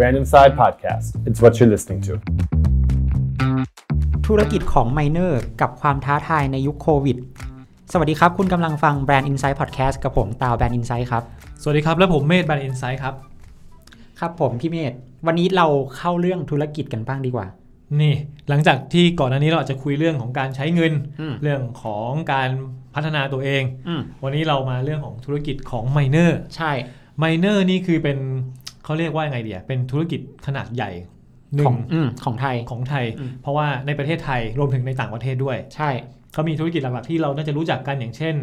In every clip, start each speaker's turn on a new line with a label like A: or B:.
A: Random Side Podcast. It's what you're listening to.
B: ธุรกิจของไมเนอร์กับความท้าทายในยุคโควิด สวัสดีครับ คุณกำลังฟัง Brand Insight Podcast กับผมตาว Brand Insight ครับ
C: สวัสดีครับ และผมเมธบันอินไซด์ครับ
B: ครับผมพี่เมธวันนี้เราเข้าเรื่องธุรกิจกันบ้างดีกว่า
C: นี่ หลังจากที่ก่อนหน้านี้เราอาจจะคุยเรื่องของการใช้เงิน
B: อืม
C: เรื่องของการพัฒนาตัวเอง
B: อืม
C: วันนี้เรามาเรื่องของธุรกิจของไมเนอร์
B: ใช่
C: ไมเนอร์นี่คือเป็นเขาเรียกว่ายังไงเดียเป็นธุรกิจขนาดใหญ่
B: ข
C: หนึ่
B: อง งอืมของไทย
C: ของไทย
B: อืม
C: เพราะว่าในประเทศไทยรวมถึงในต่างประเทศด้วย
B: ใช่
C: เขามีธุรกิจหลักๆที่เราน่าจะรู้จักกันอย่างเช่น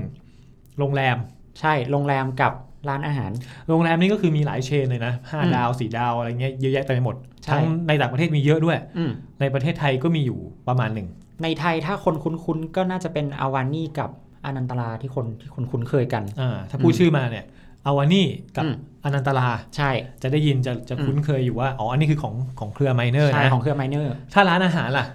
C: โรงแรม
B: ใช่โรงแรมกับร้านอาหาร
C: โรงแรมนี่ก็คือมีหลายเชนเลยนะห้า
B: อืม
C: ดาวสี่ดาวอะไรเงี้ยเยอะแยะเต็มไปหมด
B: ใช่
C: ทั้งในต่างประเทศมีเยอะด้วย
B: อืม
C: ในประเทศไทยก็มีอยู่ประมาณหนึ่ง
B: ในไทยถ้าคนคุ้นๆก็น่าจะเป็นอาวานี่กับอนันตราที่คนที่คนคุ้นเคยกัน
C: อ่าถ้า
B: อืม
C: พูดชื่อมาเนี่ยอาวานี่กับ
B: อืม
C: อนันตรา
B: ใช่
C: จะได้ยินจะจะ
B: อืม
C: คุ้นเคยอยู่ว่า อ๋อ อันนี้คือของของเครือไมเนอร์
B: ใช่
C: นะ
B: ของเครือไมเนอร์
C: ถ้าร้านอาหารล่ะ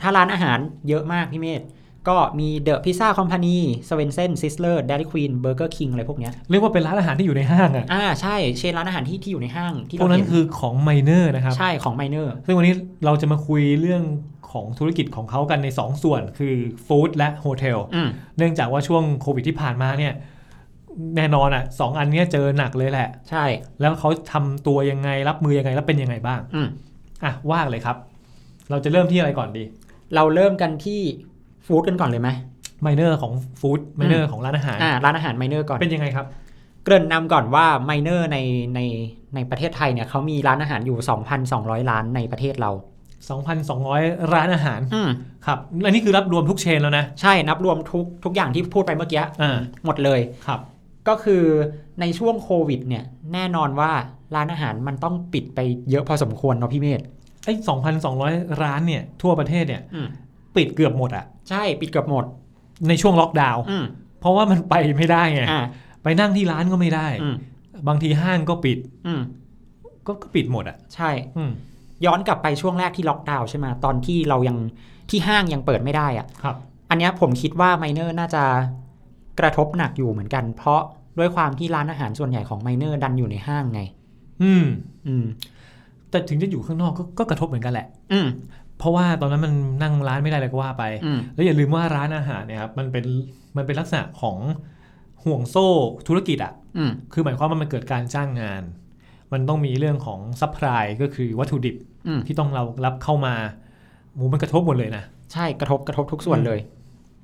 B: ถ้าร้านอาหารเยอะมากพี่เมธก็มีเดอะพิซซ่าคอมพานีสเวนเซนซิสเลอร์เดลิควีนเบอร์เกอร์คิงอะไรพวกเนี้ย
C: เรียกว่าเป็นร้านอาหารที่อยู่ในห้างอะ
B: อ่าใช่เชนร้านอาหารที่ที่อยู่ในห้างที่
C: พว
B: เรา
C: กนั้น
B: เห็น
C: คือของไมเนอร์นะครับ
B: ใช่ของไมเนอร์
C: ซึ่งวันนี้เราจะมาคุยเรื่องของธุรกิจของเขากันใน 2 ส่วนคือฟู้ดและโฮเทล
B: อืม
C: เนื่องจากว่าช่วงโควิดที่ผ่านมาเนี่ย แน่นอนอ่ะสองอันเนี้ยเจอหนักเลยแหละ
B: ใช่
C: แล้วเขาทำตัวยังไงรับมือยังไงแล้วเป็นยังไงบ้าง
B: อืม
C: อ่ะว่าเลยครับ เราจะเริ่มที่อะไรก่อนดี
B: เราเริ่มกันที่ฟู้ดกันก่อนเลยไหม
C: ไมเนอร์ของฟู้ดไมเนอ
B: อื
C: ร์
B: ม
C: ของร้านอาหาร
B: อ่าร้านอาหารไมเนอร์ก่อน
C: เป็นยังไงครับ
B: เกริ่นนำก่อนว่าไมเนอร์ในในในประเทศไทยเนี่ยเขามีร้านอาหารอยู่ 2,200 ร้านในประเทศเรา
C: 2,200 ร้านอาหาร
B: อืม
C: ครับอันนี้คือรับรวมทุกเชนแล้วนะ
B: ใช่นับรวมทุกทุกอย่างที่พูดไปเมื่อกี้
C: อ่า
B: หมดเลย
C: ครับ
B: ก็คือในช่วงโควิดเนี่ยแน่นอนว่าร้านอาหารมันต้องปิดไปเยอะพอสมควรเนาะพี่เมธ
C: ไอ้2,200 ร้านเนี่ย ทั่วประเทศเนี่ย
B: อืม
C: ปิดเกือบหมดอะ
B: ใช่ปิดเกือบหมด
C: ในช่วงล็อกดาวน์
B: อืม
C: เพราะว่ามันไปไม่ได้ไง
B: อ่า
C: ไปนั่งที่ร้านก็ไม่ได้
B: อืม
C: บางทีห้างก็ปิด
B: อืม
C: ก็ก็ปิดหมดอะ
B: ใช่
C: อืม
B: ย้อนกลับไปช่วงแรกที่ล็อกดาวน์ใช่ไหมตอนที่เรายังที่ห้างยังเปิดไม่ได้อะ
C: ครับ
B: อันเนี้ยผมคิดว่าไมเนอร์น่าจะกระทบหนักอยู่เหมือนกัน เพราะด้วยความที่ร้านอาหารส่วนใหญ่ของไมเนอร์ดันอยู่ในห้างไง
C: อืม
B: อืม
C: แต่ถึงจะอยู่ข้างนอกก็ก็กระทบเหมือนกันแหละ
B: อืม
C: เพราะว่าตอนนั้นมันนั่งร้านไม่ได้เลยก็ว่าไป
B: อืม
C: แล้วอย่าลืมว่าร้านอาหารเนี่ยครับมันเป็นมันเป็นลักษณะของห่วงโซ่ธุรกิจอะ
B: อืม
C: คือหมายความว่ามันเกิดการจ้างงาน มันต้องมีเรื่องของซัพพลายก็คือวัตถุดิบ
B: อืม
C: ที่ต้องเรารับเข้ามาหมูมันกระทบหมดเลยนะ
B: ใช่กระทบกระทบทุกส่วนเลย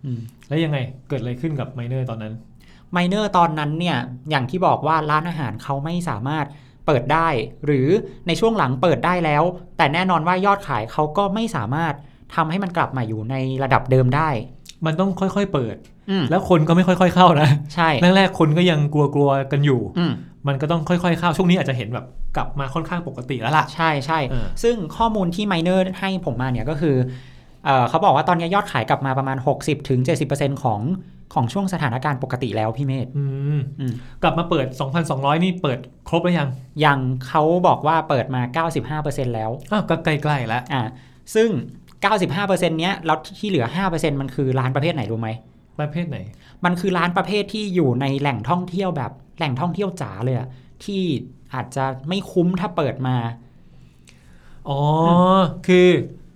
B: อืม
C: แล้วยังไงเกิดอะไรขึ้นกับไมเนอร์ตอนนั้น
B: ไมเนอร์ตอนนั้นเนี่ยอย่างที่บอกว่าร้านอาหารเขาไม่สามารถเปิดได้ หรือในช่วงหลังเปิดได้แล้ว แต่แน่นอนว่ายอดขายเขาก็ไม่สามารถทำให้มันกลับมาอยู่ในระดับเดิมได้
C: มันต้องค่อยๆเปิด
B: อืม
C: แล้วคนก็ไม่ค่อยๆเข้านะ
B: ใช่
C: แรกๆคนก็ยังกลัวๆกันอยู่
B: อืม
C: มันก็ต้องค่อยๆเข้าช่วงนี้อาจจะเห็นแบบกลับมาค่อนข้างปกติแล้วล่ะ
B: ใช่ใช่
C: เออ
B: ซึ่งข้อมูลที่ไมเนอร์ให้ผมมาเนี่ยก็คือเอ่อเขาบอกว่าตอนนี้ยอดขายกลับมาประมาณ 60-70%ของของช่วงสถานการณ์ปกติแล้วพี่เมธ
C: อืม
B: อืม
C: กลับมาเปิด 2,200 นี่เปิดครบแล้วยัง
B: ยังเขาบอกว่าเปิดมา 95%แล้ว
C: อ้าวก็ใกล้ๆแล้ว
B: อ่าซึ่ง 95%เนี้ยแล้วที่เหลือ 5%มันคือร้านประเภทไหนรู้ไหม
C: ประเภทไหน
B: มันคือร้านประเภทที่อยู่ในแหล่งท่องเที่ยวแบบแหล่งท่องเที่ยวจ๋าเลยอะที่อาจจะไม่คุ้มถ้าเปิดมา
C: อ๋ออคือ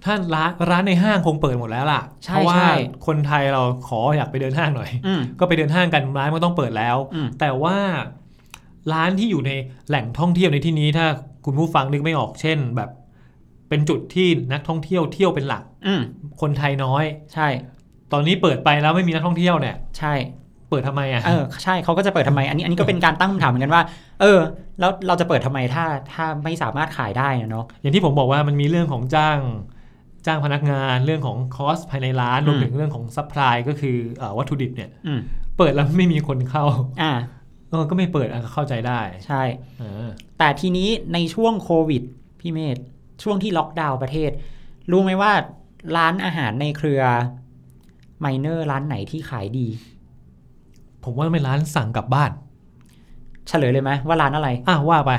C: ถ้าร้านร้านในห้างคงเปิดหมดแล้วล่ะ
B: ใช่
C: เพราะว่า
B: ใช่
C: คนไทยเราขออยากไปเดินห้างหน่อย
B: อืม
C: ก็ไปเดินห้างกันร้านก็ต้องเปิดแล้ว
B: อืม
C: แต่ว่าร้านที่อยู่ในแหล่งท่องเที่ยวในที่นี้ถ้าคุณผู้ฟังนึกไม่ออกเช่น แบบเป็นจุดที่นักท่องเที่ยวเที่ยวเป็นหลัก
B: อืม
C: คนไทยน้อย
B: ใช่
C: ตอนนี้เปิดไปแล้วไม่มีนักท่องเที่ยวเนี่ย
B: ใช่
C: เปิดทำไมอ่ะ
B: เออใช่เขาก็จะเปิดทำไม อันนี้อันนี้ก็เป็นการตั้งคำถามเหมือนกันว่า เออ แล้วเราจะเปิดทำไมถ้าถ้าไม่สามารถขายได้นะเนาะ
C: อย่างที่ผมบอกว่ามันมีเรื่องของจ้างจ้างพนักงานเรื่องของคอสภายในร้านรวม
B: อืม
C: ถึงเรื่องของซัพพลายก็คือเอ่อวัตถุดิบเนี่ย
B: อืม
C: เปิดแล้วไม่มีคนเข้า
B: อ่า
C: เออก็ไม่เปิดอ่ะเข้าใจได้
B: ใช่
C: เออ
B: แต่ทีนี้ในช่วงโควิดพี่เมธช่วงที่ล็อกดาวน์ประเทศ รู้ไหมว่าร้านอาหารในเครือไมเนอร์ร้านไหนที่ขายดี
C: ผมว่าเป็นร้านสั่งกลับบ้าน
B: เฉลยเลยไหมว่าร้านอะไร
C: อ่ะว่าไป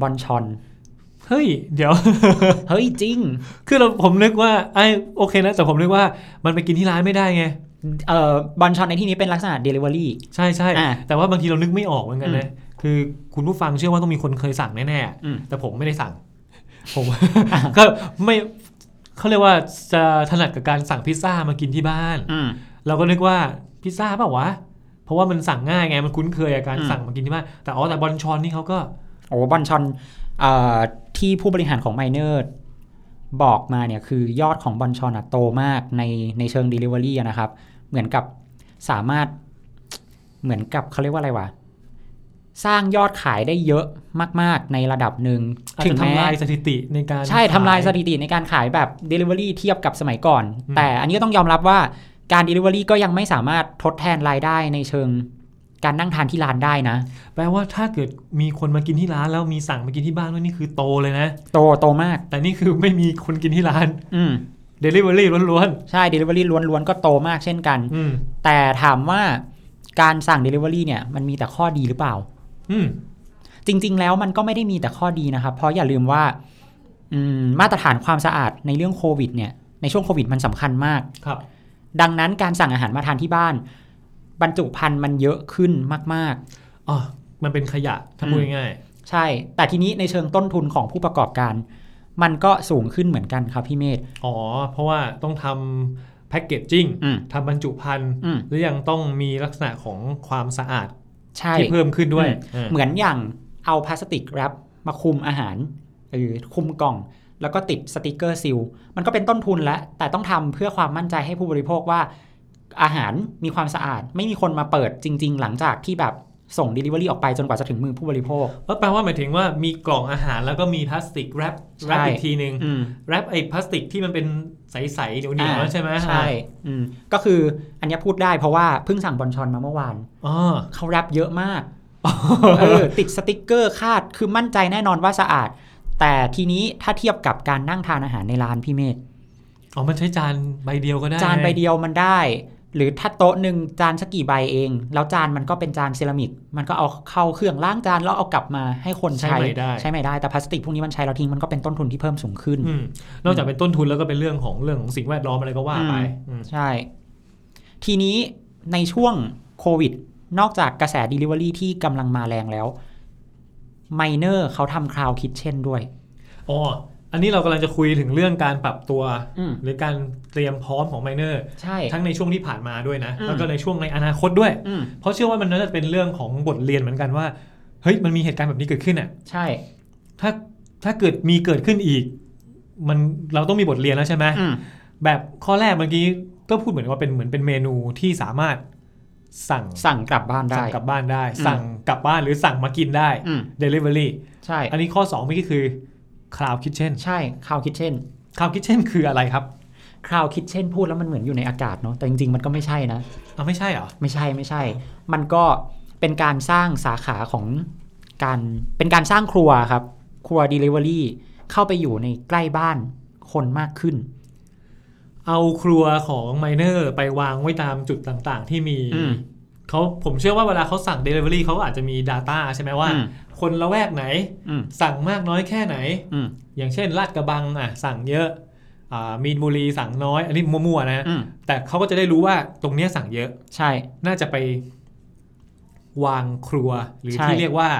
B: บอนชอน
C: เฮ้ย เดี๋ยว
B: เฮ้ยจริง
C: คือเราผมนึกว่าไอ้โอเคนะ แต่ผมนึกว่ามันไปกินที่ร้านไม่ได้ไง
B: เอ่อบอนชอนในที่นี้เป็นลักษณะ Delivery
C: ใช่ใช่
B: อ่ะ
C: แต่ว่าบางทีเรานึกไม่ออกเหมือนกันนะ คือคุณผู้ฟังเชื่อว่าต้องมีคนเคยสั่งแน่
B: อืม
C: ๆ แต่ผมไม่ได้สั่ง ผม ก็ไม่เขาเรียกว่าจะถนัดกับการสั่งพิซซ่ามากินที่บ้าน
B: อืม
C: เราก็นึกว่าพิซซ่าเปล่าวะ เพราะว่ามันสั่งง่ายไงมันคุ้นเคยกับการ
B: อืม
C: สั่งมากินที่บ้านแต่อ๋อแต่บอลชอนนี่เขาก็
B: โอ้บอลชอนเอ่อที่ผู้บริหารของไมเนอร์บอกมาเนี่ยคือยอดของบอลชอนอะโตมากในในเชิง Delivery อะนะครับ เหมือนกับสามารถเหมือนกับเขาเรียกว่าอะไรวะ สร้างยอดขายได้เยอะมาก ๆ ในระดับหนึ่ง
C: อาจ
B: ถึง
C: จะ
B: แม้
C: ทำลายสถิติในการ
B: ใช่ทำลายส
C: ข
B: ถิติในการขายแบบ Delivery เทียบกับสมัยก่อน
C: อืม
B: แต่อันนี้ก็ต้องยอมรับว่าการ Delivery ก็ยังไม่สามารถทดแทนรายได้ในเชิงการนั่งทานที่ร้านได้นะ
C: แปลว่าถ้าเกิดมีคนมากินที่ร้านแล้วมีสั่งมากินที่บ้านด้วยนี่คือโตเลยนะ
B: โตโตมาก
C: แต่นี่คือไม่มีคนกินที่ร้าน
B: อืม
C: Delivery ล้วน
B: ใช่ Delivery ล้วนๆ ก็โตมากเช่นกัน
C: ๆอืม
B: แต่ถามว่าการสั่ง Delivery เนี่ยมันมีแต่ข้อดีหรือเปล่า
C: อืม
B: จริง ๆ แล้วมันก็ไม่ได้มีแต่ข้อดีนะครับ เพราะอย่าลืมว่าอืมมาตรฐานความสะอาดในเรื่องโควิดเนี่ยในช่วงโควิดมันสำคัญมาก
C: ครับ
B: ดังนั้นการสั่งอาหารมาทานที่บ้าน บรรจุภัณฑ์มันเยอะขึ้นมาก
C: อ๋อ มันเป็นขยะ ถ้าพูด
B: อืม
C: ง่าย
B: ๆ ใช่ แต่ทีนี้ในเชิงต้นทุนของผู้ประกอบการ มันก็สูงขึ้นเหมือนกันครับพี่เมธ
C: ๆอ๋อ เพราะว่าต้องทำแพ็กเกจจิ้ง
B: อืม
C: ทำบรรจุภัณฑ์
B: อืม
C: และยังต้องมีลักษณะของความสะอาด
B: ใช่
C: ที่เพิ่มขึ้นด้วยเออ
B: เหมือนอย่างเอาพลาสติกแรปมาคุมอาหารหรือคุมกล่อง แล้วก็ติดสติกเกอร์ซิล มันก็เป็นต้นทุนแล้ว แต่ต้องทำเพื่อความมั่นใจให้ผู้บริโภคว่า อาหารมีความสะอาด ไม่มีคนมาเปิดจริง ๆ หลังจากที่แบบส่ง Delivery ออกไปจนกว่าจะถึงมือผู้บริโภค
C: เออแปลว่าหมายถึงว่ามีกล่องอาหารแล้วก็มีพลาสติกแรป
B: ใช่
C: แรปอีกทีหนึ่ง
B: อืม
C: แรปไอ้พลาสติกที่มันเป็นใสๆเหนียวๆแล้วใช่ไหม
B: ใช่ อืม ก็คืออันเนี้ยพูดได้เพราะว่าเพิ่งสั่งบอลชอนมาเมื่อวาน
C: อ๋อ
B: เขาแรปเยอะมาก เออติดสติกเกอร์คาด คือมั่นใจแน่นอนว่าสะอาด แต่ทีนี้ถ้าเทียบกับการนั่งทานอาหารในร้านพี่เมธ
C: อ๋อ มันใช้จานใบเดียวก็ได้
B: จานใบเดียวมันได้ หรือถ้าโต๊ะหนึ่งจานสักกี่ใบเอง แล้วจานมันก็เป็นจานเซรามิก มันก็เอาเข้าเครื่องล้างจานแล้วเอากลับมาให้คนใช้
C: ใช้ใหม่ได้
B: ใช้ไม่ได้แต่พลาสติกพวกนี้มันใช้แล้วทิ้งมันก็เป็นต้นทุนที่เพิ่มสูงขึ้น
C: อืมนอกจากเป็นต้นทุนแล้วก็เป็นเรื่องของเรื่องของสิ่งแวดล้อมอะไรก็ว่าไปอืม
B: ใช่ ทีนี้ในช่วงโควิด นอกจากกระแส Delivery ที่กำลังมาแรงแล้วไมเนอร์เขาทำค o าวคิดเช่นด้วย
C: อ๋อ อันนี้เรากำลังจะคุยถึงเรื่องการปรับตัว
B: อืม
C: หรือการเตรียมพร้อมของไมเนอร์
B: ใช่
C: ทั้งในช่วงที่ผ่านมาด้วยนะ
B: อืม
C: แล้วก็ในช่วงในอนาคตด้วย
B: อืม
C: เพราะเชื่อว่ามันน่าจะเป็นเรื่องของบทเรียนเหมือนกันว่า เฮ้ยมันมีเหตุการณ์แบบนี้เกิดขึ้นอ่ะ
B: ใช่
C: ถ้าถ้าเกิดมีเกิดขึ้นอีก มันเราต้องมีบทเรียนแล้วใช่ไหม
B: อืม
C: แบบข้อแรกเมื่อกี้ก็พูดเหมือนว่าเป็นเหมือนเป็นเมนูที่สามารถสั่ง
B: สั่งกลับบ้านได้
C: สั่งกลับบ้านได้
B: อืม
C: สั่งกลับบ้านหรือสั่งมากินได้
B: อืม
C: Delivery
B: ใช่
C: อันนี้ข้อ2เมื่อกี้คือ Cloud Kitchen
B: ใช่ Cloud Kitchen
C: Cloud Kitchen คืออะไรครับ
B: คลาวคิดเช่นพูดแล้วมันเหมือนอยู่ในอากาศเนาะแต่จริงๆ มันก็ไม่ใช่นะ
C: อ่ะไม่ใช่เหรอ
B: ไม่ใช่ไม่ใช่ มันก็เป็นการสร้างสาขาของการเป็นการสร้างครัวครับ ครัว Delivery เข้าไปอยู่ในใกล้บ้านคนมากขึ้น
C: เอาครัวของไมเนอร์ไปวางไว้ตามจุดต่างๆ ที่มี
B: อืม
C: เขาผมเชื่อว่าเวลาเขาสั่ง Delivery เขาอาจจะมี Data ใช่ไหมว่า
B: อืม
C: คนละแวกไหน
B: อืม
C: สั่งมากน้อยแค่ไหน
B: อืม
C: อย่างเช่นลาดกระบังอ่ะสั่งเยอะอ่ามีนบุรีสั่งน้อย อันนี้มั่วๆนะ
B: อืม
C: แต่เขาก็จะได้รู้ว่าตรงเนี้ยสั่งเยอะ
B: ใช่
C: น่าจะไปวางครัวหรือที่เรียกว่า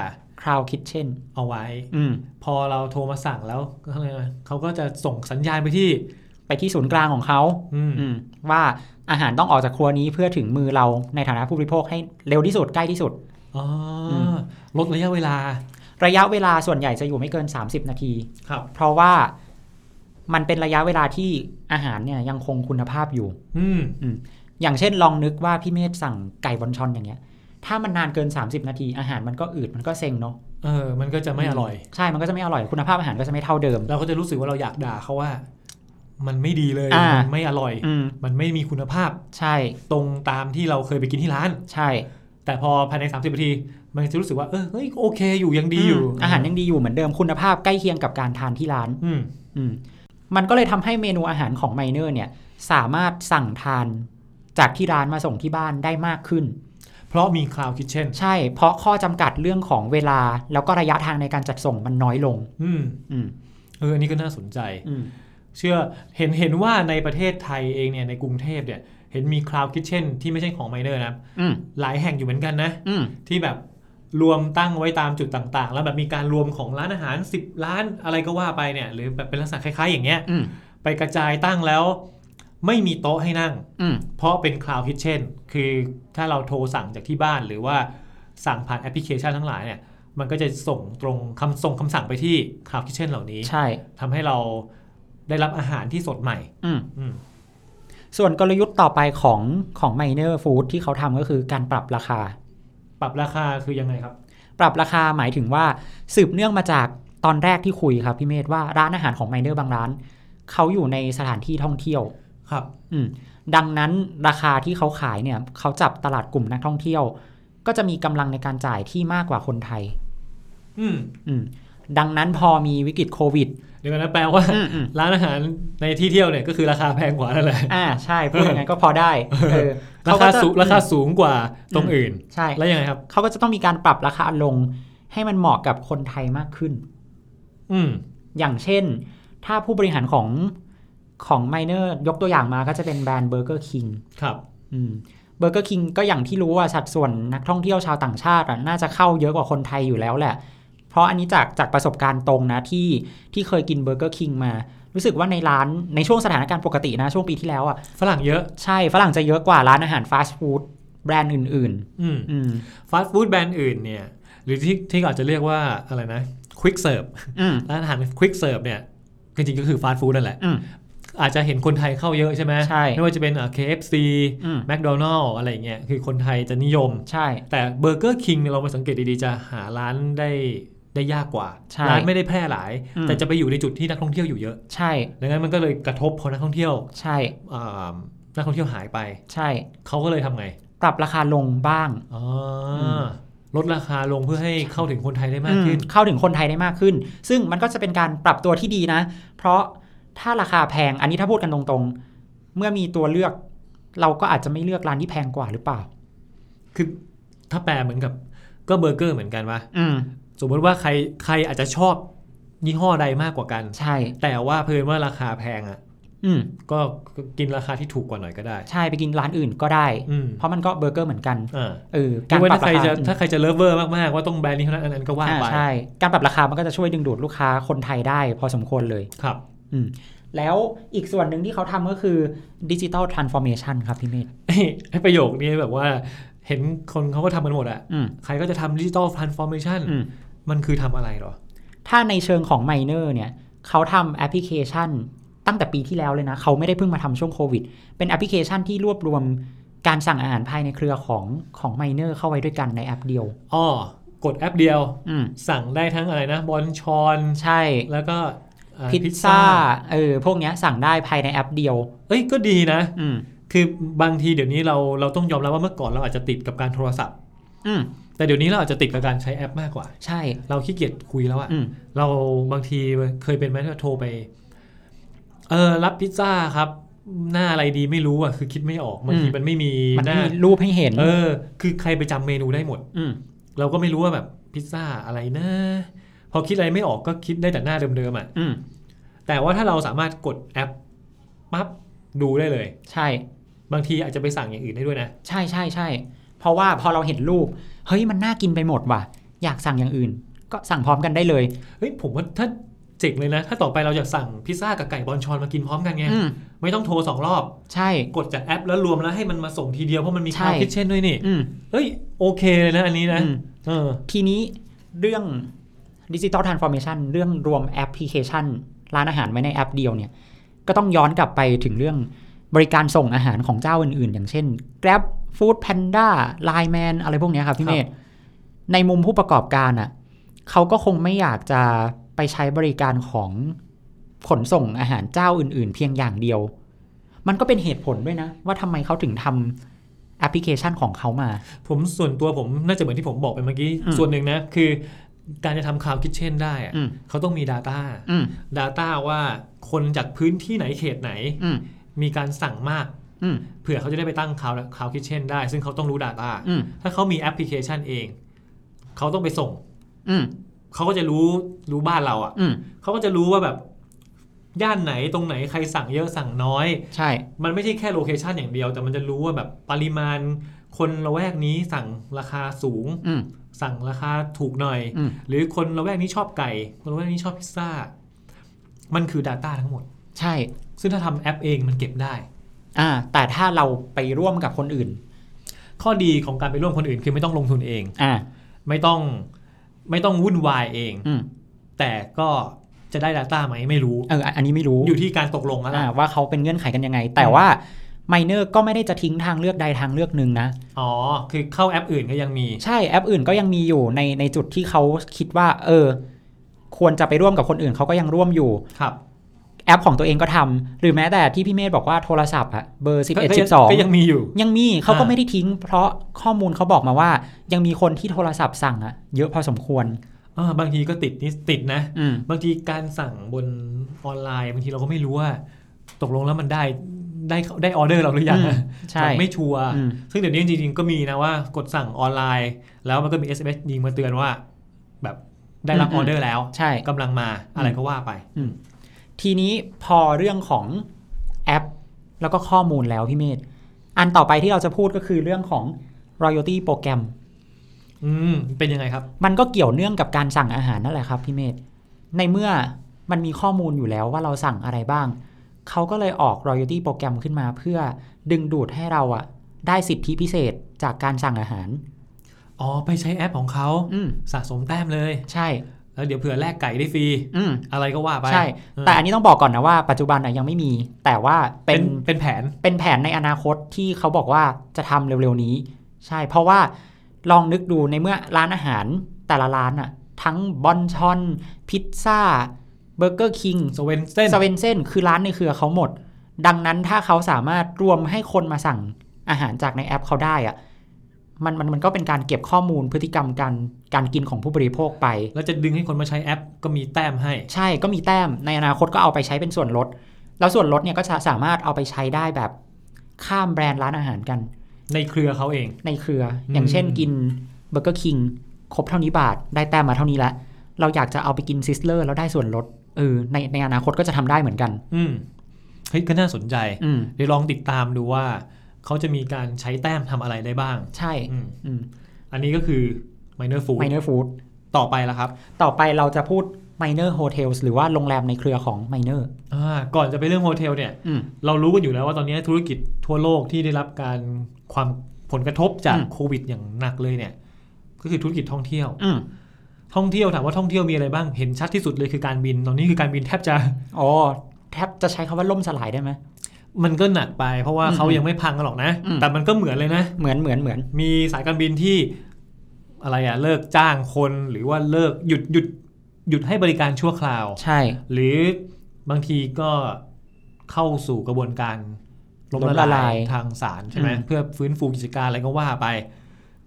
B: คลาวคิดเช่น
C: เอาไว้
B: อืม
C: พอเราโทรมาสั่งแล้วเขาเรียกว่าเขาก็จะส่งสัญญาณไปที่
B: ไปที่ศูนย์กลางของเขา
C: อืม
B: อืมว่าอาหารต้องออกจากครัวนี้เพื่อถึงมือเราในฐานะผู้บริโภคให้เร็วที่สุดใกล้ที่สุด
C: อ๋ออ
B: ม
C: ลดระยะเวลา
B: ระยะเวลาส่วนใหญ่จะอยู่ไม่เกิน 30 นาที
C: ครับ
B: เพราะว่ามันเป็นระยะเวลาที่อาหารเนี่ยยังคงคุณภาพอยู่
C: อืม
B: อย่างเช่นลองนึกว่าพี่เมธสั่งไก่บอนชอนอย่างเงี้ย ถ้ามันนานเกิน 30 นาทีอาหารมันก็อืดมันก็เซ็งเนาะ
C: เออ มันก็จะไม่อร่อย
B: ใช่ มันก็จะไม่อร่อยคุณภาพอาหารก็จะไม่เท่าเดิม
C: เราก็จะรู้สึกว่าเราอยากด่าเขาว่า มันไม่ดีเลย
B: อ่ามั
C: มันไม่อร่อย
B: อืม
C: มันไม่มีคุณภาพ
B: ใช่
C: ตรงตามที่เราเคยไปกินที่ร้าน
B: ใช่
C: แต่พอภายใน 30นาที มันจะรู้สึกว่าเออเฮ้ยโอเคอยู่ยังดีอยู่
B: มอาหารยังดีอยู่เหมือนเดิมคุณภาพใกล้เคียงกับการทานที่ร้าน
C: อืม
B: อืมมันก็เลยทำให้เมนูอาหารของไมเนอร์เนี่ยสามารถสั่งทานจากที่ร้านมาส่งที่บ้านได้มากขึ้น
C: เพราะมี Cloud Kitchen
B: ใช่ เพราะข้อจำกัดเรื่องของเวลาแล้วก็ระยะทางในการจัดส่งมันน้อยลง
C: อืม
B: อืม
C: เอออันนี้ก็น่าสนใจ
B: อืม
C: เชื่อเห็นเห็นว่าในประเทศไทยเองเนี่ยในกรุงเทพเนี่ย เห็นมี Cloud Kitchen ที่ไม่ใช่ของไมเนอร์นะ
B: อืม
C: หลายแห่งอยู่เหมือนกันนะ
B: อืม
C: ที่แบบ รวมตั้งไว้ตามจุดต่างๆ แล้วแบบมีการรวมของร้านอาหาร 10 ร้านอะไรก็ว่าไปเนี่ยหรือแบบเป็นลักษณะคล้ายๆ อย่างเงี้ย
B: อืม
C: ไปกระจายตั้งแล้ว ไม่มีโต๊ะให้นั่ง
B: อืม
C: เพราะเป็น cloud kitchen คือถ้าเราโทรสั่งจากที่บ้านหรือว่าสั่งผ่านแอปพลิเคชันทั้งหลายเนี่ย มันก็จะส่งตรงคำส่งคำสั่งไปที่ cloud kitchen เหล่านี้
B: ใช่
C: ทำให้เราได้รับอาหารที่สดใหม่
B: อืม
C: อืม
B: ส่วนกลยุทธ์ต่อไปของของ Miner Food ที่เขาทำก็คือการปรับราคา
C: ปรับราคาคือยังไงครับ
B: ปรับราคาหมายถึงว่าสืบเนื่องมาจากตอนแรกที่คุยครับพี่เมธว่าร้านอาหารของ Miner บางร้าน เขาอยู่ในสถานที่ท่องเที่ยว
C: ครับ
B: อืมดังนั้นราคาที่เขาขายเนี่ยเขาจับตลาดกลุ่มนักท่องเที่ยว ก็จะมีกำลังในการจ่ายที่มากกว่าคนไทย
C: อืม
B: อืมดังนั้นพอมีวิกฤตโควิด
C: เดี๋ยวกันนะแปลว่า
B: อืมอืม
C: ร้านอาหารในที่เที่ยวเนี่ยก็คือราคาแพงกว่านั่นแห ละ
B: อ่าใช่พูดยังไงก็พอได้เออ
C: รา
B: เขา
C: คา
B: ก็จะ
C: สูงราคาสูงกว่าตรงอื่น
B: ใช่
C: แล้วยังไงครับ
B: เขาก็จะต้องมีการปรับราคาลง ให้มันเหมาะกับคนไทยมากขึ้น
C: อืม
B: อย่างเช่น ถ้าผู้บริหารของของไมเนอร์ยกตัวอย่างมาก็จะเป็นแบรนด์เบอร์เกอร์คิง
C: ครับ
B: เบอร์เกอร์คิงก็อย่างที่รู้ว่าสัดส่วนนักท่องเที่ยวชาวต่างชาติอะน่าจะเข้าเยอะกว่าคนไทยอยู่แล้วแหละ เพราะอันนี้จากจากประสบการณ์ตรงนะที่ที่เคยกินเบอร์เกอร์คิงมา รู้สึกว่าในร้านในช่วงสถานการณ์ปกตินะช่วงปีที่แล้วอ่ะ
C: ฝรั่งเยอะ
B: ใช่ฝรั่งจะเยอะกว่าร้านอาหารฟาสต์ฟู้ดแบรนด์อื่น
C: อืม
B: ๆ อืม
C: ฟาสต์ฟู้ดแบรนด์อื่นเนี่ย หรือที่ที่อาจจะเรียกว่าอะไรนะควิกเสิร์ฟ
B: อืม
C: ร้านอาหารควิกเสิร์ฟเนี่ยจริงๆก็คือฟาสต์ฟู้ดนั่นแหละ
B: อืม
C: อาจจะเห็นคนไทยเข้าเยอะใช่ไหม
B: ใช่
C: ไม่ว่าจะเป็นอ่ะ KFC
B: อืม
C: McDonald อะไรอย่างเงี้ยคือคนไทยจะนิยม
B: ใช่
C: แต่เบอร์เกอร์คิงเรามาสังเกตดีๆ จะหาร้านได้ได้ยากกว่า
B: ใช่
C: ร้านไม่ได้แพร่หลาย
B: อืม
C: แต่จะไปอยู่ในจุดที่นักท่องเที่ยวอยู่เยอะ
B: ใช่
C: ดังนั้นมันก็เลยกระทบพอนักท่องเที่ยว
B: ใช่
C: อ่านักท่องเที่ยวหายไป
B: ใช่
C: เขาก็เลยทำไง
B: ปรับราคาลงบ้าง
C: อ๋ออ
B: ม
C: ลดราคาลงเพื่อให้เข้าถึงคนไทยได้มากขึ้น
B: อืมเข้าถึงคนไทยได้มากขึ้น ซึ่งมันก็จะเป็นการปรับตัวที่ดีนะ เพราะถ้าราคาแพง อันนี้ถ้าพูดกันตรงๆ เมื่อมีตัวเลือก เราก็อาจจะไม่เลือกร้านที่แพงกว่าหรือเปล่า
C: คือถ้าแปลเหมือนกับก็เบอร์เกอร์เหมือนกันวะ
B: อืม
C: สมมติว่าใครใครอาจจะชอบยี่ห้อใดมากกว่ากัน
B: ใช่
C: แต่ว่าเพลินว่าราคาแพงอ่ะ
B: อืม
C: ก็ก็กินราคาที่ถูกกว่าหน่อยก็ได้
B: ใช่ไปกินร้านอื่นก็ได้
C: อืม
B: เพราะมันก็เบอร์เกอร์เหมือนกัน
C: อ่า
B: เออ
C: กา
B: การ รปรั
C: ถ้า
B: บ
C: ใคร
B: รา
C: จะ
B: คา
C: ถ้าใครจะเลิฟเวอร์มากๆ ว่าต้องแบรนด์นี้เท่านั้นอันนั้นก็ว่า
B: อ่า
C: ไป
B: ใช่ การปรับราคามันก็จะช่วยดึงดูดลูกค้าคนไทยได้ พอสมควรเลย
C: ครับ
B: อืม แล้วอีกส่วนหนึ่งที่เขาทำก็คือดิจิตอลทรานส์ฟอร์เมชันครับพี่เมธ
C: ไอ้ประโยคนี้แบบว่า เห็นคนเขาก็ทำกันหมดอะ
B: อืม
C: ใครก็จะทำดิจิตอล t ร a n s f o r m a t i o n
B: อืม
C: มันคือทำอะไรเหรอ
B: ถ้าในเชิงของ Miner เนี่ยเขาทำแอปพลิเคชันตั้งแต่ปีที่แล้วเลยนะ เขาไม่ได้เพิ่งมาทำช่วงโควิด เป็นแอปพลิเคชันที่รวบรวมการสั่งอาหารภายในเครือของของ Miner เข้าไว้ด้วยกันในแอปเดียว
C: อ้อกดแอปเดียว
B: อืม
C: สั่งได้ทั้งอะไรนะ บอลชอน
B: ใช่
C: แล้วก็เอ่อ
B: พิซซ่าเออพวกเนี้ยสั่งได้ภายในแอปเดียว
C: เอ้ยก็ดีนะ
B: อืม
C: คือบางทีเดี๋ยวนี้เราเราต้องยอมรับว่าเมื่อก่อนเราอาจจะติดกับการโทรศัพท์
B: อืม
C: แต่เดี๋ยวนี้เราอาจจะติดกับการใช้แอปมากกว่า
B: ใช่
C: เราขี้เกียจคุยแล้วอะ
B: อืม
C: เราบางทีเคยเป็นไหมที่เราโทรไป เออรับพิซซ่าครับ หน้าอะไรดีไม่รู้อะคือคิดไม่ออกบางทีมันไม่มี
B: มัน
C: ห
B: ไม่
C: น้า
B: มีรูปให้เห็น
C: เออ คือใครไปจำเมนูได้หมด
B: อืม
C: เราก็ไม่รู้ว่าแบบพิซซ่าอะไรนะ พอคิดอะไรไม่ออกก็คิดได้แต่หน้าเดิมๆอ่ะ
B: อืม
C: แต่ว่าถ้าเราสามารถกดแอปปั๊บดูได้เลย
B: ใช่
C: บางทีอาจจะไปสั่งอย่างอื่นได้ด้วยนะ
B: ใช่ใช่ใช่เพราะว่าพอเราเห็นรูป เฮ้ยมันน่ากินไปหมดว่ะ อยากสั่งอย่างอื่น ก็สั่งพร้อมกันได้เลย
C: เฮ้ยผมว่าถ้าเจ๋งเลยนะ ถ้าต่อไปเราจะสั่งพิซซ่ากับไก่บอลชอนมากินพร้อมกันไง
B: อืม
C: ไม่ต้องโทรสองรอบ
B: ใช่
C: กดจากแอปแล้วรวมแล้วให้มันมาส่งทีเดียวเพราะมันมี
B: ใช่
C: คาวคิดเช่นด้วยนี่
B: อืม
C: เฮ้ยโอเคเลยนะอันนี้นะ
B: อืม
C: เออ
B: ทีนี้เรื่องดิจิ t a ลทรานส์ฟอร์เมชันเรื่องรวมแอปพลิเคชัน ร้านอาหารไว้ในแอปเดียวเนี่ย ก็ต้องย้อนกลับไปถึงเรื่องบริการส่งอาหารของเจ้าอื่นๆ อย่างเช่น Grab Food Panda Line Man อะไรพวกเนี้ยครับพี่
C: ครับ
B: เมธในมุมผู้ประกอบการอ่ะเขาก็คงไม่อยากจะไปใช้บริการของขนส่งอาหารเจ้าอื่น ๆ เพียงอย่างเดียว มันก็เป็นเหตุผลด้วยนะ ว่าทำไมเขาถึงทำแอปพลิเคชันของเขามา
C: ผมส่วนตัวผมน่าจะเหมือนที่ผมบอกไปเมื่อกี้
B: อืม
C: ส่วนหนึ่งนะ คือ การจะทำคาวคิดเช่นได้อะ
B: อืม
C: เขาต้องมี Data
B: อืม
C: Data ว่าคนจากพื้นที่ไหนเขตไหน
B: อืม
C: มีการสั่งมาก
B: อืม
C: เผื่อเขาจะได้ไปตั้งคาวคาวคิดเช่นได้ ซึ่งเขาต้องรู้ Data
B: อืม
C: ถ้าเขามีแอปพลิเคชันเอง เขาต้องไปส่ง
B: อืม
C: เขาก็จะรู้รู้บ้านเราอะ่ะ
B: อืม
C: เขาก็จะรู้ว่าแบบย่านไหนตรงไหนใครสั่งเยอะสั่งน้อย
B: ใช่
C: มันไม่ใช่แค่โลเคชันอย่างเดียว แต่มันจะรู้ว่าแบบปริมาณ คนละแวกนี้สั่งราคาสูง
B: อืม
C: สั่งราคาถูกหน่อย
B: อืม
C: หรือคนละแวกนี้ชอบไก่ คนละแวกนี้ชอบพิซซ่า มันคือ Data ทั้งหมด
B: ใช่
C: ซึ่งถ้าทำแอปเองมันเก็บได้
B: อ่า แต่ถ้าเราไปร่วมกับคนอื่น
C: ข้อดีของการไปร่วมคนอื่นคือไม่ต้องลงทุนเอง
B: อ่า
C: ไม่ต้องไม่ต้องวุ่นวายเอง
B: อืม
C: แต่ก็จะได้ Data ไหมไม่รู้
B: เอออันอันนี้ไม่รู้
C: อยู่ที่การตกลงแล้ว
B: อ่า
C: ล่ะ
B: ว่าเขาเป็นเงื่อนไขกันยังไง แต่ว่าไมเนอร์ก็ไม่ได้จะทิ้งทางเลือกใดทางเลือกหนึ่งนะ
C: อ๋อ คือเข้าแอปอื่นก็ยังมี
B: ใช่แอปอื่นก็ยังมีอยู่ในในจุดที่เขาคิดว่า เออ ควรจะไปร่วมกับคนอื่นเขาก็ยังร่วมอยู่
C: ครับ
B: แอปของตัวเองก็ทำหรือแม้แต่ที่พี่เมธบอกว่าโทรศัพท์อะเบอร์
C: ก็
B: 11
C: ยัง
B: 12
C: ก็ยังมีอยู่
B: ยังมีเขาก็
C: อ่า
B: ไม่ได้ทิ้ง เพราะข้อมูลเขาบอกมาว่า ยังมีคนที่โทรศัพท์สั่งอะเยอะพอสมควร
C: เออบางทีก็ติดนิดติดนะ
B: อืม
C: บางทีการสั่งบนออนไลน์บางทีเราก็ไม่รู้ว่า ตกลงแล้วมันได้ได้ได้ออเดอร์เราหรือยังนะ
B: ใช่
C: แบบไม่ชัวร์
B: อืม
C: ซึ่งเดี๋ยวนี้จริงๆก็มีนะว่ากดสั่งออนไลน์ แล้วมันก็มี SMS ยิงมาเตือนว่า แบบได้รับออเดอร์แล้ว
B: ใช่
C: กำลังมาอะไรก็ว่าไป
B: ทีนี้พอเรื่องของแอป แล้วก็ข้อมูลแล้วพี่เมธอันต่อไปที่เราจะพูดก็คือเรื่องของ royalty โปรแกรม
C: อืมเป็นยังไงครับ
B: มันก็เกี่ยวเนื่องกับการสั่งอาหารนั่นแหละครับพี่เมธในเมื่อมันมีข้อมูลอยู่แล้วว่าเราสั่งอะไรบ้าง เขาก็เลยออก royalty โปรแกรมขึ้นมาเพื่อดึงดูดให้เราอะได้สิทธิพิเศษจากการสั่งอาหาร
C: อ๋อ ไปใช้แอปของเขา
B: อืม
C: สะสมแต้มเลย
B: ใช่
C: แล้วเดี๋ยวเผื่อแลกไก่ได้ฟรี
B: อืม
C: อะไรก็ว่าไป
B: ใช่
C: เออ
B: แต่อันนี้ต้องบอกก่อนนะว่าปัจจุบันอะยังไม่มี แต่ว่าเป็น
C: เป็นแผน
B: เป็นแผนในอนาคตที่เขาบอกว่าจะทำเร็วๆนี้ ใช่ เพราะว่าลองนึกดูในเมื่อร้านอาหารแต่ละร้านอะทั้งบอนชอน พิซซ่า เบอร์เกอร์คิง
C: สเวนเซน
B: สเวนเซนคือร้านในเครือเขาหมด ดังนั้นถ้าเขาสามารถรวมให้คนมาสั่งอาหารจากในแอปเขาได้อะมันมันมันก็เป็นการเก็บข้อมูลพฤติกรรมการการกินของผู้บริโภคไป
C: แล้วจะดึงให้คนมาใช้แอปก็มีแต้มให้
B: ใช่ก็มีแต้มในอนาคตก็เอาไปใช้เป็นส่วนลด แล้วส่วนลดเนี่ยก็จะสามารถเอาไปใช้ได้แบบข้ามแบรนด์ร้านอาหารกัน
C: ในเครือเขาเอง
B: ในเครือ
C: อืม
B: อย่างเช่นกินเบอร์เกอร์คิงครบเท่านี้บาท ได้แต้มมาเท่านี้ละ เราอยากจะเอาไปกินซิสเลอร์แล้วได้ส่วนลดเออในในอนาคตก็จะทำได้เหมือนกัน
C: อืมเฮ้ยก็น่าสนใจ
B: อืม
C: เดี๋ยวลองติดตามดูว่า เขาจะมีการใช้แต้มทำอะไรได้บ้าง
B: ใช่
C: อืม
B: อืม
C: อันนี้ก็คือ Minor Food
B: Minor Food
C: ต่อไปแล้วครับ
B: ต่อไปเราจะพูด Minor Hotels หรือว่าโรงแรมในเครือของ Minor
C: อ่าก่อนจะไปเรื่องโฮเทลเนี่ย
B: อืม
C: เรารู้กันอยู่แล้วว่าตอนนี้ธุรกิจทั่วโลกที่ได้รับการความผลกระทบจาก
B: อืม
C: โควิดอย่างหนักเลยเนี่ย ก็คือธุรกิจท่องเที่ยว
B: อืม
C: ท่องเที่ยวถามว่าท่องเที่ยวมีอะไรบ้างเห็นชัดที่สุดเลยคือการบิน ตอนนี้คือการบินแทบจะ
B: อ๋อแทบจะใช้คำว่าล่มสลายได้ไหม
C: มันก็หนักไป เพราะว่า
B: อืม
C: เขายังไม่พังกันหรอกนะ
B: อืม
C: แต่มันก็เหมือนเลยนะ
B: เหมือนเหมือนเหมือน
C: มีสายการบินที่อะไรอะเลิกจ้างคนหรือว่าเลิกหยุดหยุดหยุดให้บริการชั่วคราว
B: ใช่
C: หรือบางทีก็เข้าสู่กระบวนการล้ม
B: ล้มละ
C: ละลา
B: ลาย ย
C: ทางศาลใช่ไหม
B: อืม
C: เพื่อฟื้นฟูกิจการอะไรก็ว่าไป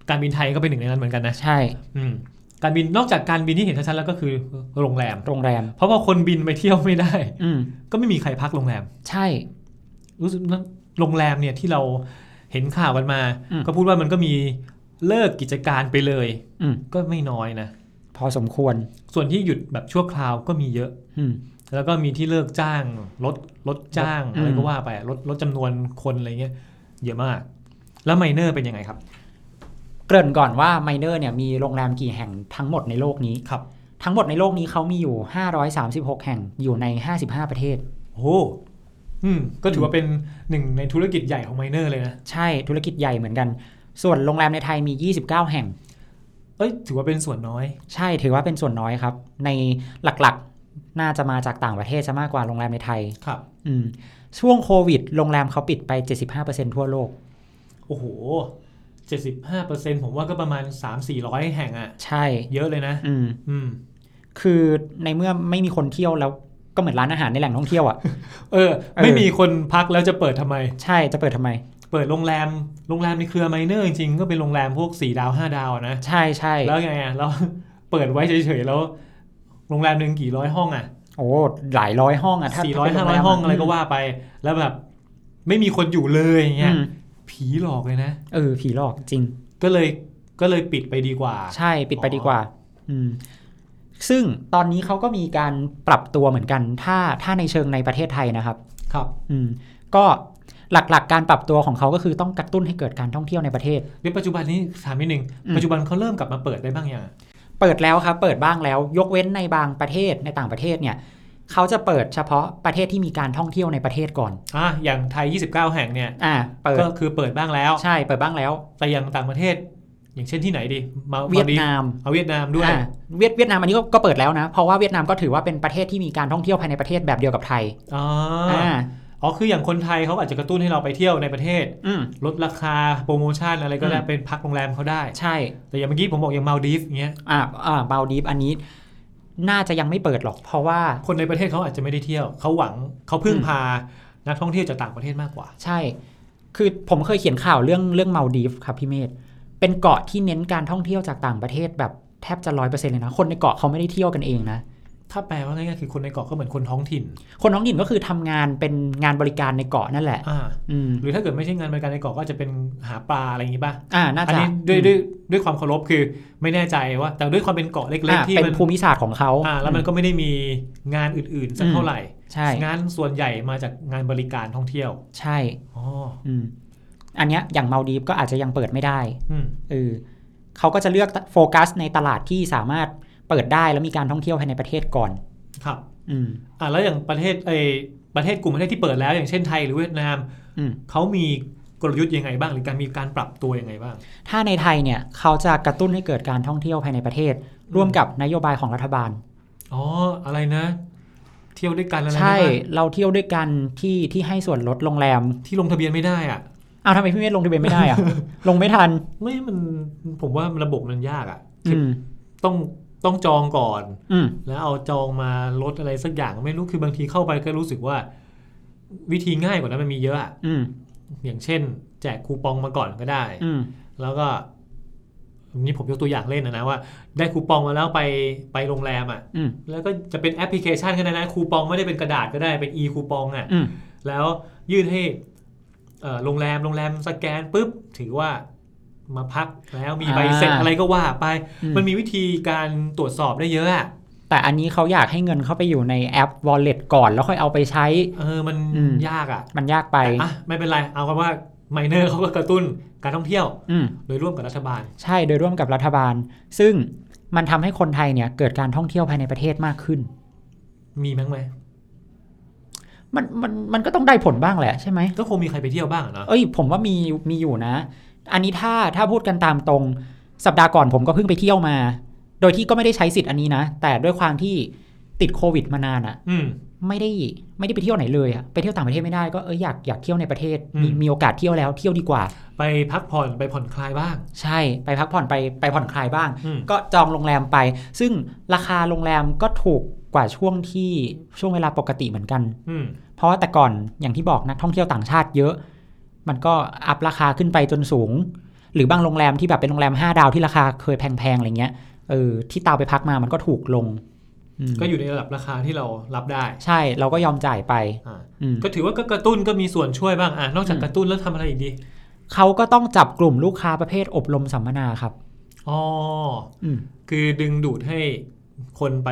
C: การบินไทยก็เป็นหนึ่งในนั้นเหมือนกันนะ
B: ใช่
C: อืมการบินนอกจากการบินที่เห็นชัดๆแล้วก็คือโรงแรม
B: โรงแรม
C: เพราะว่าคนบินไปเที่ยวไม่ได้
B: อืม
C: ก็ไม่มีใครพักโรงแรม
B: ใช่
C: รู้สึกว่าโรงแรมเนี่ยที่เราเห็นข่าวกันมา
B: อืม
C: ก็พูดว่ามันก็มีเลิกกิจการไปเลย
B: อืม
C: ก็ไม่น้อยนะ
B: พอสมควร
C: ส่วนที่หยุดแบบชั่วคราวก็มีเยอะ
B: อืม
C: แล้วก็มีที่เลิกจ้างลดลดจ้าง
B: ลดอืม
C: อะไรก็ว่าไปลดลดจำนวนคนอะไรเงี้ยเยอะมาก แล้วไมเนอร์เป็นยังไงครับ
B: เกริ่นก่อนว่า Minor เนี่ยมีโรงแรมกี่แห่งทั้งหมดในโลกนี้
C: ครับ
B: ทั้งหมดในโลกนี้เขามีอยู่ 536 แห่งอยู่ใน 55 ประเทศ
C: โอ้โหอืมก็ถือว่าเป็นหนึ่งในธุรกิจใหญ่ของไมเนอร์เลยนะ
B: ใช่ธุรกิจใหญ่เหมือนกัน ส่วนโรงแรมในไทยมี 29 แห่ง
C: เอ้ยถือว่าเป็นส่วนน้อย
B: ใช่ถือว่าเป็นส่วนน้อยครับ ในหลักๆ น่าจะมาจากต่างประเทศซะมากกว่าโรงแรมในไทย
C: ครับ
B: อืมช่วงโควิด โรงแรมเขาปิดไป 75%ทั่วโลก
C: โอ้โหเจ็ดสิบห้าเปอร์เซ็นผมว่าก็ประมาณสามสี่ร้อยแห่งอะ
B: ใช่
C: เยอะเลยนะ
B: อืม
C: อืม
B: คือในเมื่อไม่มีคนเที่ยวแล้วก็เหมือนร้านอาหารในแหล่งท่องเที่ยวอะ่ะ
C: เออ
B: เออ
C: ไม่มีคนพักแล้วจะเปิดทำไม
B: ใช่จะเปิดทำไม
C: เปิดโรงแรมโรงแรมในเครือไมเนอร์จริงๆ ก็เป็นโรงแรมพวก 4 ดาว 5 ดาวอะนะ
B: ใช่ใช่
C: แล้วไงอ่ะแล้ว เปิดไว้เฉยๆ แล้ว โรงแรมหนึ่งกี่ร้อยห้องอ่ะ
B: โอ้หลายร้อยห้องอะ่ะถ้า
C: สี่ร้อย
B: ถ้
C: ห้า
B: เป็นโง
C: ร้อ
B: แม
C: ยห้องอะไรก็ว่าไป แล้วแบบ ไม่มีคนอยู่เลยอย่างเงี้ย
B: อืม
C: ผีหลอกเลยนะ
B: เออผีหลอกจริง
C: ก็เลยก็เลยปิดไปดีกว่า
B: ใช่ปิดไปดีกว่า อืม ซึ่งตอนนี้เขาก็มีการปรับตัวเหมือนกัน ถ้าถ้าในเชิงในประเทศไทยนะครับ
C: ครับ
B: อืมก็ หลักๆการปรับตัวของเขาก็คือต้องกระตุ้นให้เกิดการท่องเที่ยวในประเทศ
C: เดี๋ยวปัจจุบันนี้ถามนิดนึง
B: อืม
C: ปัจจุบันเขาเริ่มกลับมาเปิดได้บ้างยังอะ
B: เปิดแล้วครับ เปิดบ้างแล้ว ยกเว้นในบางประเทศในต่างประเทศเนี่ยเขาจะเปิดเฉพาะประเทศที่มีการท่องเที่ยวในประเทศก่อน
C: อ่ะอย่างไทย 29 แห่งเนี่ย
B: อ่า เปิด
C: ก็คือเปิดบ้างแล้ว
B: ใช่เปิดบ้างแล้ว
C: แต่อย่างต่างประเทศ อย่างเช่นที่ไหนดีมา
B: เวียดนาม
C: เอาเวียดนามด้วย
B: อ่าเวียดเวียดนามอันนี้ก็ก็เปิดแล้วนะ เพราะว่าเวียดนามก็ถือว่าเป็นประเทศที่มีการท่องเที่ยวภายในประเทศแบบเดียวกับไทย
C: อ๋ออ
B: อ่า
C: อ๋อคืออย่างคนไทยเขาอาจจะกระตุ้นให้เราไปเที่ยวในประเทศ
B: อืม
C: ลดราคาโปรโมชั่นอะไรก็ได้
B: อืม
C: เป็นพักโรงแรมเขาได้
B: ใช่
C: แต่อย่างเมื่อกี้ผมบอกอย่างมาลดีฟเงี้ย
B: อ่าอ่าบาดีฟอันนี้ น่าจะยังไม่เปิดหรอก เพราะว่า
C: คนในประเทศเขาอาจจะไม่ได้เที่ยวเขาหวังเขาพึ่ง
B: อืม
C: พานักท่องเที่ยวจากต่างประเทศมากกว่า
B: ใช่ คือผมเคยเขียนข่าวเรื่องเรื่องมาดีฟครับพี่เมธเป็นเกาะที่เน้นการท่องเที่ยวจากต่างประเทศแบบแทบจะร้อยเปอร์เซ็นต์เลยนะ คนในเกาะเขาไม่ได้เที่ยวกันเองนะ
C: ถ้าแปลว่าง่ายๆคือคนในเกาะก็เหมือนคนท้องถิ่น
B: คนท้องถิ่นก็คือทำงานเป็นงานบริการในเกาะนั่นแหละ
C: อ่า
B: อืม
C: หรือถ้าเกิดไม่ใช่งานบริการในเกาะก็อาจจะเป็นหาปลาอะไรอย่างงี้ป่ะ
B: อ่า น่า
C: อัน
B: จะ
C: นี้ด้วยด้วยด้วยความเคารพคือไม่แน่ใจว่า แต่ด้วยความเป็นเกาะเล็ก
B: อ่า
C: ๆที่
B: เป็น
C: มัน
B: ภูมิศาสตร์ของเขา
C: อ่าแล้วมันก็ไม่ได้มีงานอื่นๆสักเท่าไหร่
B: ใช่
C: งานส่วนใหญ่มาจากงานบริการท่องเที่ยว
B: ใช่
C: อ๋อ
B: อืม อันเนี้ยอย่างมาดีฟก็อาจจะยังเปิดไม่ได้
C: อืม
B: เออเขาก็จะเลือกโฟกัสในตลาดที่สามารถเปิดได้แล้วมีการท่องเที่ยวภายในประเทศก่อน
C: ครับ
B: อืม
C: อ่าแล้วอย่างประเทศเออประเทศกลุ่มประเทศที่เปิดแล้วอย่างเช่นไทยหรือเวียดนาม
B: อืม
C: เขามีกลยุทธ์ยังไงบ้างหรือการมีการปรับตัวยังไงบ้าง
B: ถ้าในไทยเนี่ยเขาจะกระตุ้นให้เกิดการท่องเที่ยวภายในประเทศ ร่วมกับนโยบายของรัฐบาล
C: อ๋อ อะไรนะ เที่ยวด้วยกันอะไรนะ
B: ใช่
C: บ้าง
B: เราเที่ยวด้วยกันที่ที่ให้ส่วนลดโรงแรม
C: ที่ลงทะเบียนไม่ได้อะ
B: เอาวทำไมพี่เมธลงทะเบียนไม่ได้อะ ลงไม่ทัน
C: ไม่มันผมว่าระบบมันยากอะ
B: อืม
C: ต้องต้องจองก่อน
B: อืม
C: แล้วเอาจองมาลดอะไรสักอย่างไม่รู้คือบางทีเข้าไปก็รู้สึกว่า วิธีง่ายกว่านั้นมันมีเยอะอะ
B: อืม
C: อย่างเช่น แจกคูปองมาก่อนก็ได้
B: อืม
C: แล้วก็นี่ผมยกตัวอย่างเล่นนะนะว่า ได้คูปองมาแล้วไปไปโรงแรมอ่ะ
B: อืม
C: แล้วก็จะเป็นแอปพลิเคชันก็ได้นะคูปองไม่ได้เป็นกระดาษก็ได้เป็น e คูปองอ่ะ
B: อืม
C: แล้วยื่นให้เอ่อโรงแรมโรงแรมสแกนปุ๊บ ถือว่ามาพักแล้วมีใบเสร็จ
B: อ่า
C: อะไรก็ว่าไป
B: อืม
C: มันมีวิธีการตรวจสอบได้เยอะอะ
B: แต่อันนี้เขาอยากให้เงินเข้าไปอยู่ในแอป wallet ก่อนแล้วค่อยเอาไปใช้
C: เออมัน
B: อืม
C: ยากอ่ะ
B: มันยากไป
C: อ่ะไม่เป็นไร เอากันว่าไมเนอร์เขาก็กระตุ้นการท่องเที่ยว
B: อืม
C: โดยร่วมกับรัฐบาล
B: ใช่โดยร่วมกับรัฐบาล ซึ่งมันทำให้คนไทยเนี่ยเกิดการท่องเที่ยวภายในประเทศมากขึ้น
C: มีมั้งไหม
B: มันมันมันก็ต้องได้ผลบ้างแหละใช่ไหม
C: ก็คงมีใครไปเที่ยวบ้างอะเนาะ
B: เอ้ยผมว่ามีมีอยู่นะ อันนี้ถ้าถ้าพูดกันตามตรง สัปดาห์ก่อนผมก็เพิ่งไปเที่ยวมา โดยที่ก็ไม่ได้ใช้สิทธิ์อันนี้นะ แต่ด้วยความที่ติดโควิดมานานอะ
C: อืม
B: ไม่ได้ไม่ได้ไปเที่ยวไหนเลยอะไปเที่ยวต่างประเทศไม่ได้ก็เอออยากอยากเที่ยวในประเทศ
C: อืม
B: มีมีโอกาสเที่ยวแล้วเที่ยวดีกว่า
C: ไปพักผ่อนไปผ่อนคลายบ้าง
B: ใช่ไปพักผ่อนไปไปผ่อนคลายบ้าง
C: อืม
B: ก็จองโรงแรมไป ซึ่งราคาโรงแรมก็ถูกกว่าช่วงที่ช่วงเวลาปกติเหมือนกัน
C: อืม
B: เพราะว่าแต่ก่อนอย่างที่บอกนักท่องเที่ยวต่างชาติเยอะ มันก็อัพราคาขึ้นไปจนสูง หรือบางโรงแรมที่แบบเป็นโรงแรม 5 ดาวที่ราคาเคยแพงๆอะไรเงี้ยเออที่ตาวไปพักมามันก็ถูกลงอืม
C: ก็อยู่ในระดับราคาที่เรารับได้
B: ใช่เราก็ยอมจ่ายไป
C: อ่า
B: อืม
C: ก็ถือว่าก็กระตุ้นก็มีส่วนช่วยบ้างอ่ะนอกจากกระตุ้นแล้วทำอะไรอีกดี
B: เขาก็ต้องจับกลุ่มลูกค้าประเภทอบรมสัมมนาครับ
C: อ๋อ
B: อืม
C: คือดึงดูดให้คนไป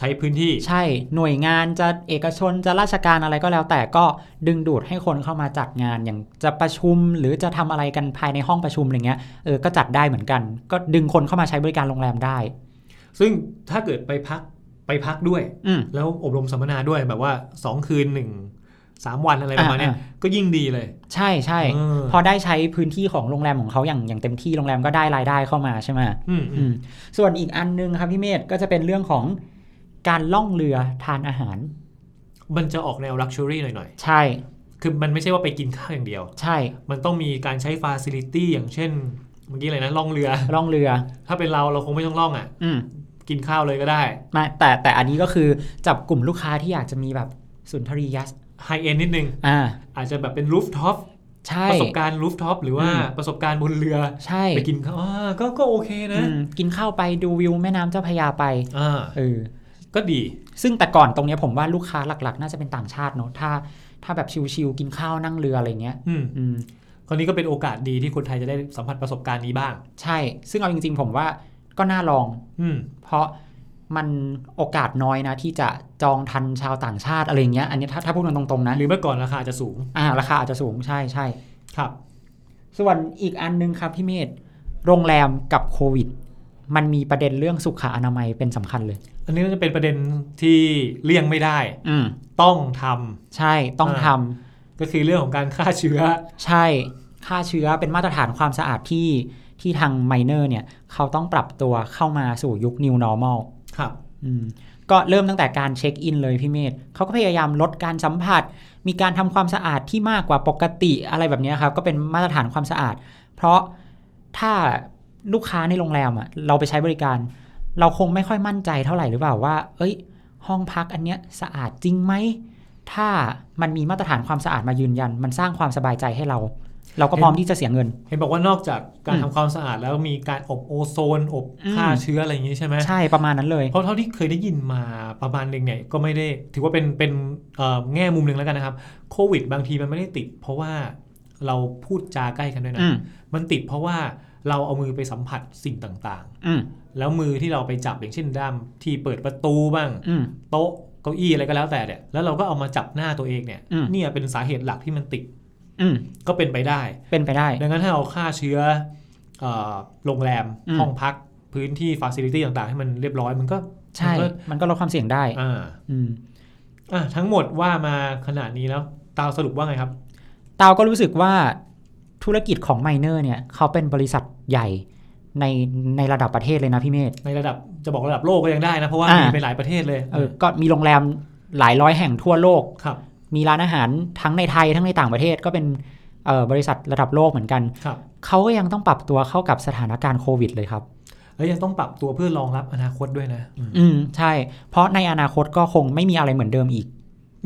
C: ใช้พื้นที่
B: ใช่หน่วยงานจะเอกชนจะราชการอะไรก็แล้ว แต่ก็ดึงดูดให้คนเข้ามาจัดงานอย่างจะประชุมหรือจะทำอะไรกันภายในห้องประชุมอะไรเงี้ยเออก็จัดได้เหมือนกัน ก็ดึงคนเข้ามาใช้บริการโรงแรมได้
C: ซึ่งถ้าเกิดไปพักไปพักด้วย
B: อืม
C: แล้วอบรมสัมมนาด้วยแบบว่า 2 คืน 1 3 วันอะไรประมาณเนี้ย
B: อ่า
C: ก็ยิ่งดีเลย
B: ใช่ใช่
C: เออ
B: พอได้ใช้พื้นที่ของโรงแรมของเขาอย่างอย่างเต็มที่โรงแรมก็ได้รายได้เข้ามาใช่ไหม
C: อืมอื
B: อื
C: ม
B: มส่วนอีกอันนึงครับพี่เมธก็จะเป็นเรื่องของการล่องเรือทานอาหาร
C: มันจะออกแนวลักชัวรี่หน่อย
B: ใช่
C: ๆ คือมันไม่ใช่ว่าไปกินข้าวอย่างเดียว
B: ใช่
C: มันต้องมีการใช้ฟาซิลิตี้อย่างเช่น เมื่อกี้อะไรนะล่องเรือ
B: ล่องเรือ
C: ถ้าเป็นเราเราคงไม่ต้องล่องอ่ะ
B: อืม
C: กินข้าวเลยก็ได้
B: มาแต่แต่อันนี้ก็คือจับกลุ่มลูกค้าที่อยากจะมีแบบสุนทรียัส
C: ไฮเอนนิดนึง
B: อ่า
C: อาจจะแบบเป็นรูฟท็อป
B: ใช่
C: ประสบการณ์รูฟท็อปหรือว่า
B: อืม
C: ประสบการณ์บนเรือ
B: ใช่
C: ไปกินข้าวอ่าก็ก็โอเค
B: อื
C: นะ
B: มกินข้าวไปดูวิวแม่น้ำเจ้าพระยาไป
C: อ่า
B: เออ
C: ก็ดี
B: ซึ่งแต่ก่อนตรงเนี้ยผมว่าลูกค้าหลักๆ น่าจะเป็นต่างชาติเนอะถ้า ถ้าแบบชิลๆกินข้าวนั่งเรืออะไรเงี้ย
C: อืม
B: อืม
C: คราวนี้ก็เป็นโอกาสดีที่คนไทยจะได้สัมผัสประสบการณ์นี้บ้าง
B: ใช่ ซึ่งเอาจริงๆ ผมว่าก็น่าลอง
C: อืม
B: เพราะ มันโอกาสน้อยนะ ที่จะจองทันชาวต่างชาติอะไรเงี้ยอันนี้ถ้าถ้าพูดกันตรงๆนะ
C: หรือเมื่อก่อนราคาจะสูง
B: อ่าราคาอาจจะสูงใช่ใช่
C: ครับ
B: ส่วนอีกอันนึงครับพี่เมธโรงแรมกับโควิด มันมีประเด็นเรื่องสุขอนามัยเป็นสำคัญเลย
C: อันนี้ก็จะเป็นประเด็นที่เลี่ยงไม่ได้
B: อืม
C: ต้องทำ
B: ใช่ต้องทำ
C: ก็คือเรื่องของการฆ่าเชื้อ
B: ใช่ ค่าเชื้อเป็นมาตรฐานความสะอาดที่ที่ทางไมเนอร์เนี่ย เขาต้องปรับตัวเข้ามาสู่ยุค new normal
C: ครับ
B: อืมก็เริ่มตั้งแต่การเช็คอินเลยพี่เมธเขาก็พยายามลดการสัมผัส มีการทำความสะอาดที่มากกว่าปกติอะไรแบบเนี้ยครับ ก็เป็นมาตรฐานความสะอาด เพราะถ้าลูกค้าในโรงแรมอะเราไปใช้บริการ เราคงไม่ค่อยมั่นใจเท่าไหร่หรือเปล่าว่า เอ้ย ห้องพักอันเนี้ยสะอาดจริงไหม ถ้ามันมีมาตรฐานความสะอาดมายืนยัน มันสร้างความสบายใจให้เรา เราก็พร้อมที่จะเสียเงิน
C: เห็นบอกว่านอกจากการ
B: อืม
C: ทำความสะอาดแล้วมีการอบโอโซน อบ
B: อืม
C: ฆ่าเชื้ออะไรอย่างนี้ใช่ไหม
B: ใช่ประมาณนั้นเลย
C: เพราะเท่าที่เคยได้ยินมาประมาณหนึ่งเนี่ยก็ไม่ได้ ถือว่าเป็นเป็นเอ่อแง่มุมหนึ่งแล้วกันนะครับโควิดบางทีมันไม่ได้ติด เพราะว่าเราพูดจาใกล้กันด้วยนะ
B: อืม
C: มันติดเพราะว่าเราเอามือไปสัมผัสสิ่งต่าง
B: อืม
C: ๆ แล้วมือที่เราไปจับอย่างเช่นด้ามที่เปิดประตูบ้าง
B: อืม
C: โต๊ะเก้าอี้อะไรก็แล้วแต่เนี่ยแล้วเราก็เอามาจับหน้าตัวเองเนี่ย
B: อืม
C: เนี่ยเป็นสาเหตุหลักที่มันติด
B: อืม
C: ก็เป็นไปได้
B: เป็นไปได้
C: ดังนั้นถ้าเราฆ่าเชื้อเอ่อโรงแรม
B: อืม
C: ห้องพักพื้นที่ฟาซิลิตี้ต่างๆ ให้มันเรียบร้อยมันก็
B: ใช่
C: มัน
B: มันก็ลดความเสี่ยงได้
C: ก็อ่า
B: อืม
C: อ่ะทั้งหมดว่ามาขนาดนี้แล้วตาวสรุปว่าไงครับ
B: ตาวก็รู้สึกว่าธุรกิจของไมเนอร์เนี่ย เขาเป็นบริษัทใหญ่ในในระดับประเทศเลยนะพี่เมธ
C: ในระดับจะบอกระดับโลกก็ยังได้นะ เพราะว่า
B: อ่ามี
C: มีไปหลายประเทศเลย
B: เออก็มีโรงแรมหลายร้อยแห่งทั่วโลก
C: ครับ
B: มีร้านอาหารทั้งในไทยทั้งในต่างประเทศก็เป็นเอ่อบริษัทระดับโลกเหมือนกัน
C: ครับ
B: เขาก็ยังต้องปรับตัวเข้ากับสถานการณ์โควิดเลยครับ
C: แล้วยังต้องปรับตัวเพื่อรองรับอนาคตด้วยนะอืม
B: อืมใช่ เพราะในอนาคตก็คงไม่มีอะไรเหมือนเดิมอีก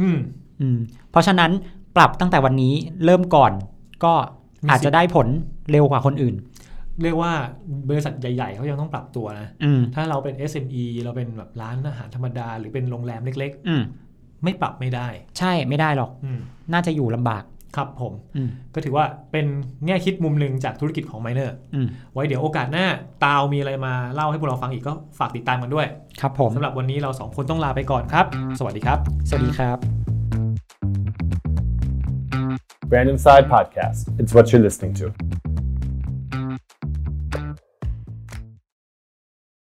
C: อืม
B: อืมเพราะฉะนั้นปรับตั้งแต่วันนี้เริ่มก่อน ก็
C: มีสิทธิ์
B: อาจจะได้ผลเร็วกว่าคนอื่น
C: เรียกว่าบริษัทใหญ่ ๆเขายังต้องปรับตัวนะ
B: อืม
C: ถ้าเราเป็น SME เราเป็นแบบร้านอาหารธรรมดา หรือเป็นโรงแรมเล็ก
B: อืม
C: ๆ ไม่ปรับไม่ได้
B: ใช่ไม่ได้หรอก
C: อืม
B: น่าจะอยู่ลำบาก
C: ครับผม
B: อืม
C: ก็ถือว่าเป็นแง่คิดมุมหนึ่งจากธุรกิจของไมเนอร์
B: อืม
C: ไว้เดี๋ยวโอกาสหน้า ตาวมีอะไรมาเล่าให้พวกเราฟังอีกก็ฝากติดตามกันด้วย
B: ครับผม
C: สำหรับวันนี้เราสองคนต้องลาไปก่อนครับ สวัสดีครับ
B: สวัสดีครับ
A: Brandon Side Podcast. It's what you're listening to.